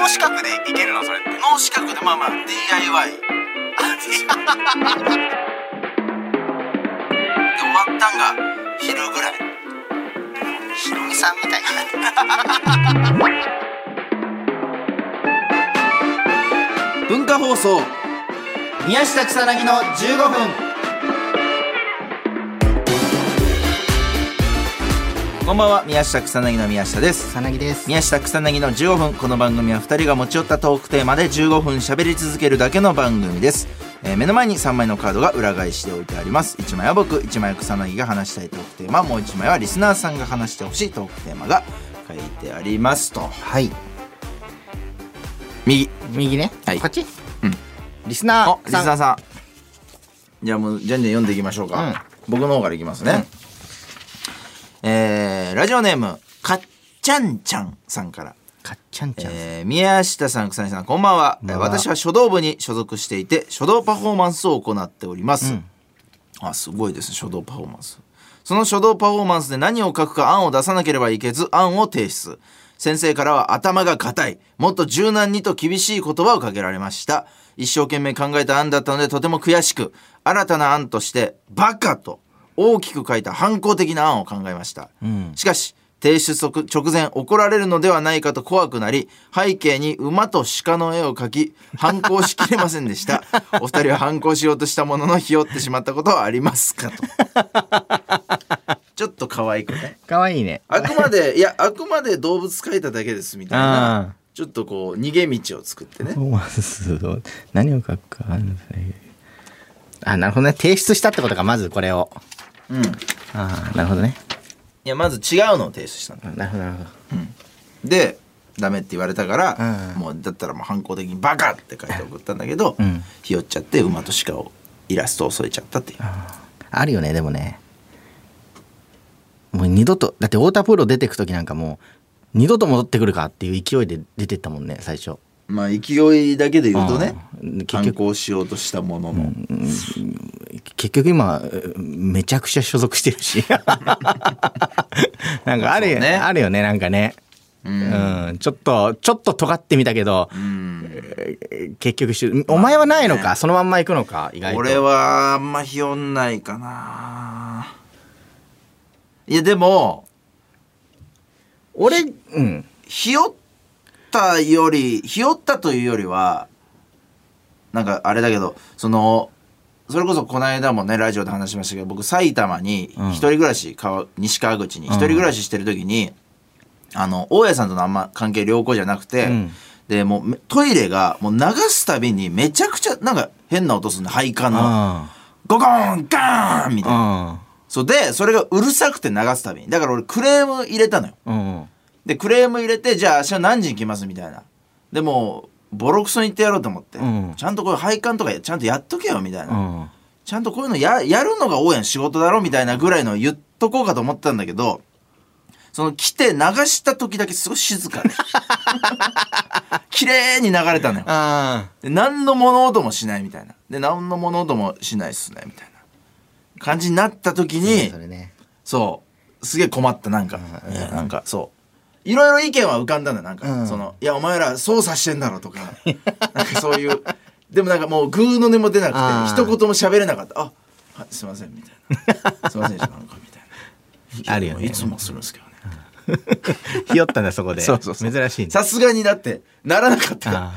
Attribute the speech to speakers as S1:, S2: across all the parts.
S1: 脳資格でいけるのそれって
S2: 脳資格でまあまあ DIY なんですよで終わったんが昼ぐらい
S1: ひろみさんみたいな
S2: 文化放送
S1: 宮下草薙の15分
S2: こんばんは宮下草薙の宮下です
S1: 草薙です
S2: 宮下草薙の15分この番組は2人が持ち寄ったトークテーマで15分喋り続けるだけの番組です、えー目の前に3枚のカードが裏返しで置いてあります1枚は僕1枚は草薙が話したいトークテーマもう1枚はリスナーさんが話してほしいトークテーマが書いてありますと
S1: はい
S2: 右
S1: 右ね、
S2: はい
S1: こっち、
S2: うん
S1: リスナ
S2: あ
S1: ー
S2: リス
S1: さん
S2: ナーさんじゃあもうじゃんじゃん読んでいきましょうか、
S1: うん
S2: 僕の方からいきますね、えーラジオネームかっちゃんちゃんさんから
S1: かっちゃんちゃん、
S2: えー宮下さん草薙さんこんばんは
S1: んばんは
S2: 私は書道部に所属していて書道パフォーマンスを行っております、
S1: うん
S2: あすごいですね書道パフォーマンスその書道パフォーマンスで何を書くか案を出さなければいけず案を提出先生からは頭が硬いもっと柔軟にと厳しい言葉をかけられました一生懸命考えた案だったのでとても悔しく新たな案として「バカ」と大きく書いた反抗的な案を考えました、
S1: ん
S2: しかし提出即直前怒られるのではないかと怖くなり背景に馬と鹿の絵を描き反抗しきれませんでしたお二人は反抗しようとしたもののひよってしまったことはありますかとちょっと可愛くね
S1: かわいいね
S2: あくまでいやあくまで動物描いただけですみたいな
S1: あ
S2: ちょっとこう逃げ道を作ってね
S1: パフォーマンスを何を書くかあるんですねあなるほどね提出したってことかまずこれを
S2: うんい
S1: ああなるほどね
S2: やまず違うのを提出したの
S1: あなるほどなるほど
S2: でダメって言われたから、
S1: うん
S2: もうだったらもう反抗的に「バカ!」って書いて送ったんだけど、
S1: うん
S2: ひよっちゃって馬と鹿をイラストを添えちゃったっていう
S1: あるよねでもねもう二度とだって太田プロ出てく時なんかもう二度と戻ってくるかっていう勢いで出てったもんね最初
S2: まあ勢いだけで言うとね
S1: うん結
S2: 反
S1: 局
S2: 抗しようとしたものの、
S1: 結局今うんめちゃくちゃ所属してるしなんかあるよ
S2: そうね
S1: ねあるよねなんかねうん、ちょっとちょっと尖ってみたけど、えー結局しゅお前はないのか、そのまんま行くのか意外と
S2: 俺はあんまひよんないかないやでも
S1: 俺うん
S2: ひよったよりひよったというよりはなんかあれだけどそのそれこそこの間もねラジオで話しましたけど僕埼玉に
S1: うん
S2: 一人暮らし、川西川口に一人暮らししてる時に、あの大家さんとのあんま関係良好じゃなくて、
S1: うん
S2: でもうめトイレがもう流すたびにめちゃくちゃなんか変な音するの配管の
S1: う
S2: ゴゴーンガーンみたいな。そうでそれがうるさくて流すたびにだから俺クレーム入れたのよ。
S1: んうん
S2: でクレーム入れてじゃあ明日何時に来ますみたいなでもうボロクソに言ってやろうと思って、
S1: うん
S2: ちゃんとこういう配管とかちゃんとやっとけよみたいな、
S1: うん
S2: ちゃんとこういうのややるのが応援仕事だろみたいなぐらいの言っとこうかと思ったんだけどその来て流した時だけすごい静 かで綺麗に流れたのよ
S1: あ
S2: で何の物音もしないみたいなで何の物音もしないっすねみたいな感じになった時に
S1: それね
S2: そうすげえ困ったなんか、いやなんかそういろいろ意見は浮かんだんだよなんか、
S1: うん
S2: そのいやお前ら捜査してんだろとか なんかそういうでもなんかもうグーの音も出な
S1: あー
S2: くて一言も喋れなかったあはいすいませんみたいな すいませんでしたなんかみたいな
S1: あるよね
S2: いつもするんですけどね
S1: ひよったんだそこで
S2: そうそうそう
S1: 珍しいね
S2: さすがにだってならなかったから
S1: あー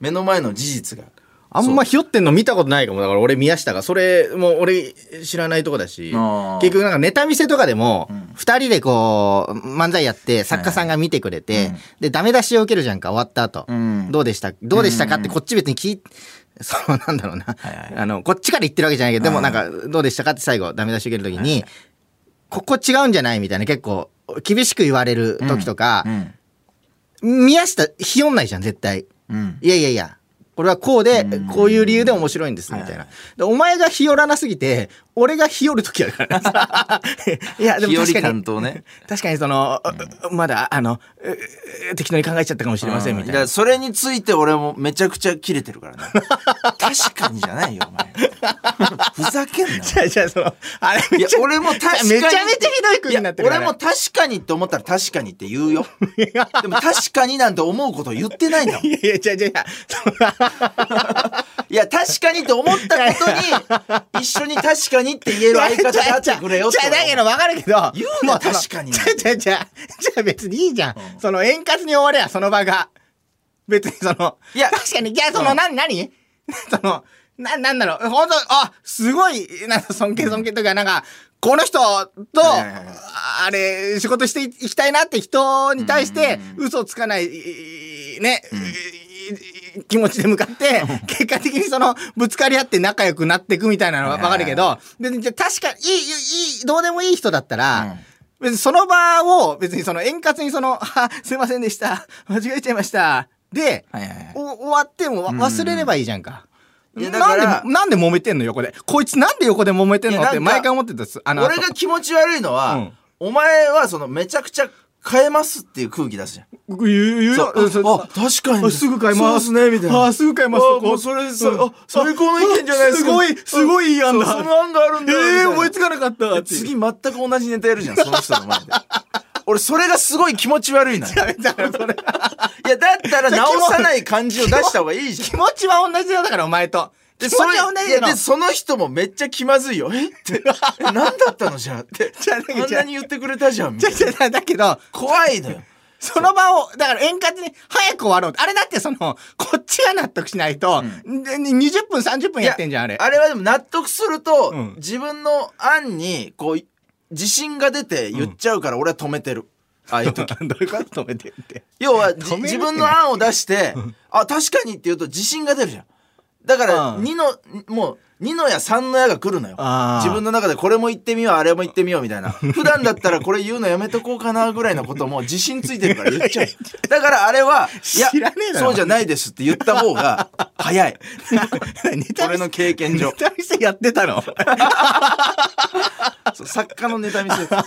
S2: 目の前の事実が
S1: あんまひよってんの見たことないかも。だから俺宮下が、それ、もう俺知らないとこだし
S2: あー、
S1: 結局なんかネタ見せとかでも、二人でこう、漫才やって、作家さんが見てくれ
S2: はい
S1: て
S2: はいうん、
S1: で、ダメ出しを受けるじゃんか、終わった後
S2: うん。
S1: どうでしたどうでしたかってこっち別に聞いそのなんだろうな
S2: はいはい。
S1: あの、こっちから言ってるわけじゃないけど、でもなんか、どうでしたかって最後、ダメ出し受けるときに、ここ違うんじゃないみたいな結構、厳しく言われる時とか
S2: う、ん
S1: 宮下、ひよんないじゃん、絶対。
S2: うん
S1: いやいやいや、これはこうで
S2: うん、
S1: こういう理由で面白いんです、みたいな。でお前が日和らなすぎて、俺が日和る時あるから さいやでも
S2: 日和
S1: 確か
S2: 担
S1: に
S2: 当ね。
S1: 確かにその、まだあのうう適当に考えちゃったかもしれませんみた
S2: だ
S1: い
S2: か
S1: な
S2: らそれについて俺もめちゃくちゃキレてるからね確かにじゃないよお前ふざけんなよ
S1: じゃあじゃあそのあれ
S2: いや俺も確かに
S1: めちゃめちゃひどい国になってる
S2: い
S1: か
S2: や
S1: ら
S2: 俺も確かにって思ったら確かにって言うよでも確かになんて思うこと言ってないんだもん
S1: いやいやじゃあじゃあその
S2: いや確かにって思ったことに一緒に確かにって言える相方であってくれよって
S1: じゃあだけど分かるけど
S2: 言うな
S1: もその
S2: 確かに
S1: じゃあじゃあじゃあじゃあ別にいいじゃん、その円滑に終われやその場が別にその
S2: いや
S1: 確かにいやそうの
S2: ん
S1: 何何 そのななんだろう本当あすごいなんか尊敬尊敬というかなんかこの人と、
S2: はいはいはい
S1: あれ仕事していきたいなって人に対して嘘をつかないいいね、いい気持ちで向かって結果的にそのぶつかり合って仲良くなっていくみたいなのは分かるけどでじゃあ確かにいいいいいいどうでもいい人だったら、別にその場を別にその円滑にその「 あすいませんでした 間違えちゃいました」で、
S2: はいはいはい
S1: お終わってもわ忘れればいいじゃんか。
S2: いやだか
S1: なん
S2: ら
S1: で、なんで揉めてんの横で。こいつなんで横で揉めてんの
S2: いや
S1: っ
S2: なん
S1: て
S2: か
S1: 毎回思ってたっす。あの後
S2: 俺が気持ち悪いのは、
S1: うん
S2: お前はそのめちゃくちゃ変えますっていう空気出すじゃん
S1: 言う言うよ
S2: そう
S1: そう
S2: あ確かに
S1: あすぐ買います
S2: そうっすねみたいな
S1: あすぐ買います
S2: あ
S1: こう
S2: もうそれそ
S1: うん
S2: あ最高の意見じゃないですか
S1: あすごいすごいいい案だ
S2: そうその案があるんだよみた
S1: え
S2: い
S1: え
S2: な
S1: 思いつかなかったって
S2: 次全く同じネタやるじゃんその人の前 で俺それがすごい気持ち悪い ない
S1: だからそれ
S2: やだったら直さない感じを出した方がいいじゃん
S1: 気持ちは同じだよだからお前と気
S2: で
S1: 持ち
S2: それ
S1: は同じだ
S2: いやで
S1: よ
S2: その人もめっちゃ気まずいよえって え何だったのじゃあって
S1: じゃあだけど
S2: あんなに言ってくれたじゃんみたいな
S1: じゃじゃだけど
S2: 怖いのよ
S1: その場をだから円滑に早く終わろうあれだってそのこっちが納得しないと、で20分30分やってんじゃんあれ
S2: あれはでも納得すると、
S1: うん
S2: 自分の案にこう自信が出て言っちゃうから俺は止めて る、ああいう時
S1: どういうこと止めてって
S2: 要はじ
S1: 止めるって
S2: 自分の案を出 してあ確かにって言うと自信が出るじゃんだから
S1: うん
S2: 2のもう2の矢3の矢が来るのよ
S1: あー
S2: 自分の中でこれも言ってみようあれも言ってみようみたい な普段だったらこれ言うのやめとこうかなぐらいのことも自信ついてるから言っちゃうだからあれはいや
S1: 知らねえだろ
S2: そうじゃないですって言った方が 早い
S1: ネタ見
S2: 俺
S1: せ
S2: の経験上
S1: ネタ見せやってたの
S2: そう作家のネタ見せ作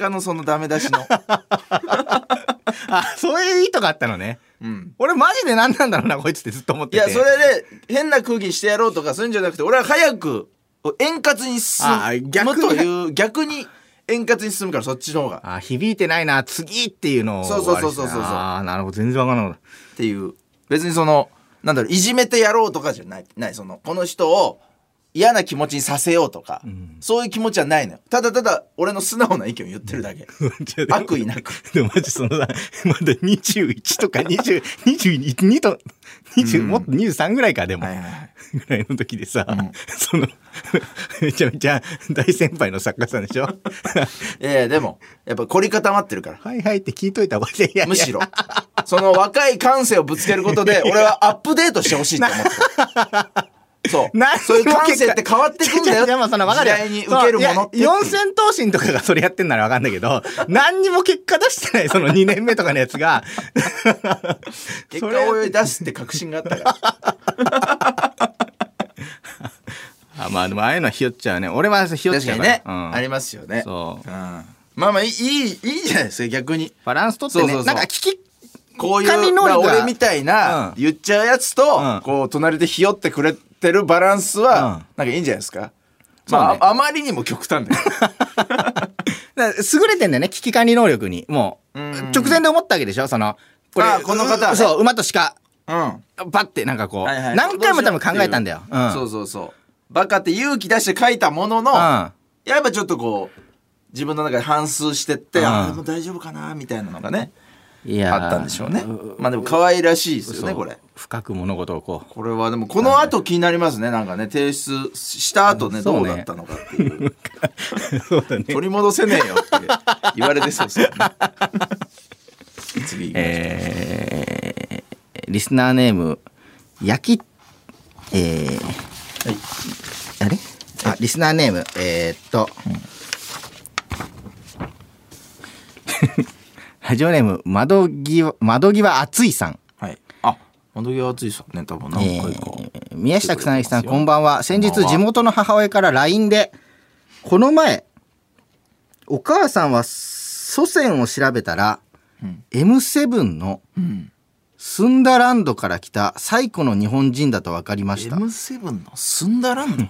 S2: 家のそのダメ出しの、
S1: あそういう意図があったのね
S2: うん、
S1: 俺マジで何なんだろうなこいつってずっと思っ
S2: い
S1: てて
S2: やそれで変な空気にしてやろうとかそういうんじゃなくて俺は早く円滑に進
S1: ああ
S2: む
S1: 逆
S2: という逆に円滑に進むからそっちの方が
S1: あ響いてないな次っていうのを
S2: そうそうそうそうそう
S1: あれしてなあーなるほど全然わかんなかっ
S2: っていう別にそのなんだろういじめてやろうとかじゃないないそのこの人を嫌な気持ちにさせようとか、そういう気持ちはないのよただただ俺の素直な意見を言ってるだけ
S1: た
S2: 悪意なく
S1: でもマジそのさまだ21とか2022と20、もっと23ぐらいかでも、
S2: はいはいはい
S1: ぐらいの時でさ、そのめちゃめちゃ大先輩の作家さんで しょ
S2: いやいやでもやっぱ凝り固まってるから
S1: はいはいって聞いといた方がいいいやい や
S2: むしろ。その若い感性をぶつけることで、俺はアップデートしてほしいと思ってる。そう。
S1: 何
S2: そういう感性って変わってく んだよ。
S1: でもその分
S2: 時
S1: かるよ
S2: 代に受けるものってって
S1: そのい
S2: いう
S1: や四千頭身とかがそれやってんなら分かんだ けど何にも結果出してないその2年目とかのや つが
S2: 結
S1: それ
S2: 果を泳い出すって確信があった から。
S1: あまあでもああいうのはひよっちゃうね俺はひよっ
S2: 確
S1: ち
S2: か
S1: ゃう
S2: に
S1: から
S2: ね。
S1: うん
S2: ありますよね。
S1: そう
S2: うんまあまあ、いい、いいじゃないですか、逆に。
S1: バランス取ってね
S2: そうそうそう
S1: なんか聞き
S2: こういう、
S1: 管理能
S2: だから
S1: 力が
S2: 俺みたいな、
S1: うん
S2: 言っちゃうやつと、
S1: うん
S2: こう、隣でひよってくれてるバランスは、なんかいいんじゃないですか。
S1: そうね
S2: まあ、ああまりにも極端 だよ。
S1: だから優れてんだよね危機管理能力にもう
S2: うん
S1: 直前で思ったわけでしょそのこれ
S2: あこの方はね
S1: そう馬と鹿
S2: うん。
S1: バッてなんかこう、
S2: はいはい
S1: 何回も多分考えたんだよ、
S2: どうしようっていうそうそうそうバカって勇気出して書いたものの、
S1: うん
S2: やっぱちょっとこう自分の中で反数してって、
S1: うん
S2: あでも大丈夫かなみたいなのがね
S1: いやー
S2: あったんでしょうねまあでも可愛らしいですよ
S1: そ
S2: ね
S1: う
S2: これ
S1: 深く物事をこう
S2: これはでもこの後気になりますねなんかね提出した後ね
S1: そ
S2: ど
S1: うね
S2: うだったのかっていう
S1: そうだね
S2: 取り戻せねえよって言われてそうですよ ね次行きましょう
S1: えーリスナーネーム焼きえーあれあリスナーネームえーっと、ラジオネーム窓際窓際熱いさん
S2: はいあ窓際厚いさんね多分何回か、
S1: えー宮下草薙さんこんばんは先日地元の母親から LINE でこの前お母さんは祖先を調べたら、M7 の
S2: うん。
S1: スンダランドから来た最古の日本人だと分かりました
S2: M7 のスンダランド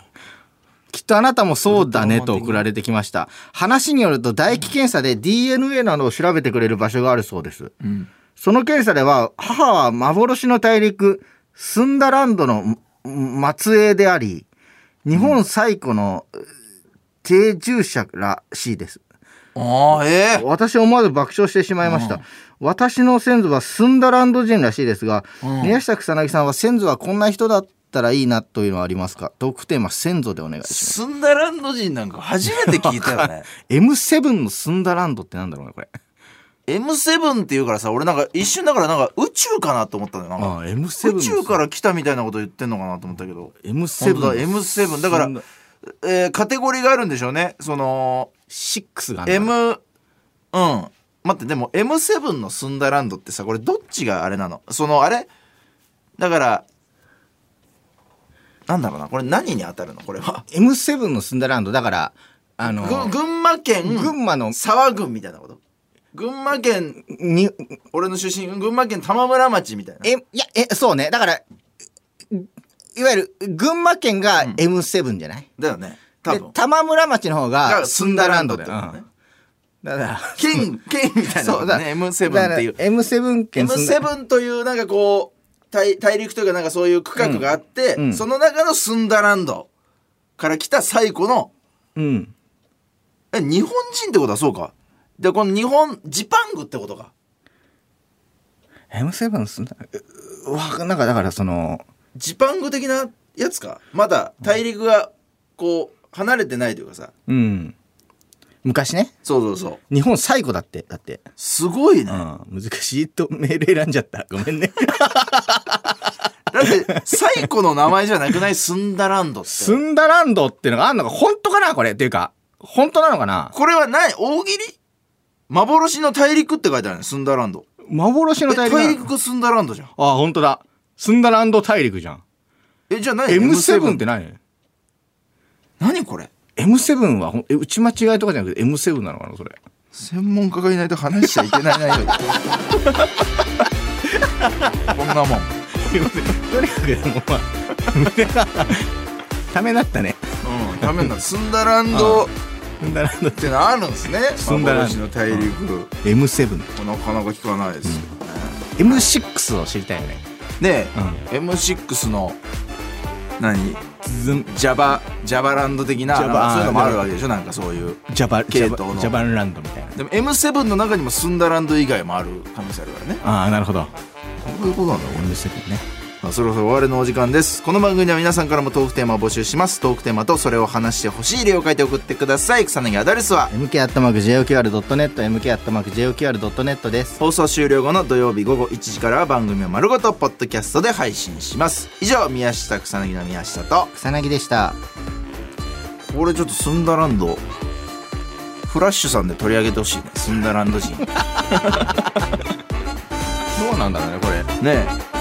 S1: きっとあなたもそうだねと送られてきました話によると唾液検査で DNA などを調べてくれる場所があるそうです
S2: うん。
S1: その検査では母は幻の大陸スンダランドのん末裔であり日本最古の定住者らしいです
S2: ああ、ええ
S1: 私思わず爆笑してしまいました、私の先祖はスンダランド人らしいですが、
S2: うん
S1: 宮下草薙さんは先祖はこんな人だったらいいなというのはありますかトークテーマ先祖でお願いします
S2: スンダランド人なんか初めて聞いたよね。
S1: M7 のスンダランドってなんだろうねこれ
S2: M7 って言うからさ、俺なんか一瞬だからなんか宇宙かなと思ったのよ。なんか
S1: ああ M7
S2: 宇宙から来たみたいなこと言ってんのかなと思ったけど。本
S1: M7
S2: 当だ M7 だからえーカテゴリーがあるんでしょうね。その、
S1: 6があるのか
S2: M、うん。待って、でも M7 のスンダランドってさ、これどっちがあれなのその、あれだから、なんだろうな、これ何に当たるのこれは。
S1: な M7 のスンダランドだからあの
S2: ぐ群馬県、
S1: 群馬の
S2: 沢郡みたいなこと群馬県、
S1: に
S2: 俺の出身、群馬県玉村町みたいな。
S1: えいやえそうねだからいわゆる群馬県が M7 じゃない、
S2: だよね。多
S1: で
S2: 分。
S1: 玉村町の方が
S2: が
S1: ス
S2: ス
S1: ン
S2: ン
S1: ダ
S2: ダ
S1: ラ
S2: ラ
S1: ン
S2: ン
S1: ド
S2: ド
S1: だ
S2: だよ
S1: よ、う
S2: ね
S1: んだから
S2: 県、県みたいな
S1: そ
S2: こ
S1: う
S2: と
S1: だ
S2: ね。M7 っていう
S1: だ。から M7 県住んだ
S2: M7 というなんかこう大大陸というかなんかそういう区画があって、
S1: うんうん
S2: その中のスンダランドから来た最古の
S1: うん
S2: え日本人ってことはそうかでこの日本ジパングってことか
S1: M7 住んだううわなんかだからその
S2: ジパング的なやつかまだ大陸がこう離れてないというかさ
S1: うん昔ね
S2: そうそうそう
S1: 日本最古だってだって、
S2: すごいね
S1: うん、難しいとメール選んじゃったごめんね
S2: だって最古の名前じゃなくないスンダランドって
S1: スンダランドってのがあんのか本当かなこれっていうか本当なのかな
S2: これは何大喜利幻の大陸って書いてあるねスンダランド
S1: 幻
S2: え
S1: の大陸
S2: 大陸スンダランドじゃん
S1: ああ本当だスンダランド大陸じゃん
S2: えじゃあ何
S1: M7 って何
S2: 何これ
S1: M7 はほんえ打ち間違いとかじゃなくて M7 なのかなそれ
S2: 専門家がいないと話しちゃいけない内 容こんなもん、
S1: すいませんとにかくでもまあ胸がためだったね
S2: うん、ダメなんだスンダランドっ
S1: スンダランド
S2: てのあるんですね
S1: スンダラン
S2: 幻の大陸、
S1: M7
S2: なかなか聞かないですよね、
S1: M6 を知りたいよね
S2: ねえ、M6 の何
S1: ズン
S2: ジャバジャバランド的な
S1: Java
S2: なんかそういうのもあるわけでしょなんかそういう
S1: ジャバジャ
S2: 系統
S1: バ
S2: の
S1: ジャバンランドみたいな
S2: でも M7 の中にもスンダランド以外もある可能性あるからね
S1: ああなるほど
S2: こういうことなんだ
S1: M7 ね
S2: まあそろそろ終わりのお時間ですこの番組では皆さんからもトークテーマを募集しますトークテーマとそれを話してほしい例を書いて送ってください草薙アドレスは
S1: MK アットマーク JOQR.net MK アットマーク JOQR.net です
S2: 放送終了後の土曜日午後1時からは番組を丸ごとポッドキャストで配信します以上宮下草薙の宮下と
S1: 草薙でした
S2: これちょっとスンダランドフラッシュさんで取り上げてほしい ねスンダランド人ね
S1: どうなんだろうねこれ
S2: え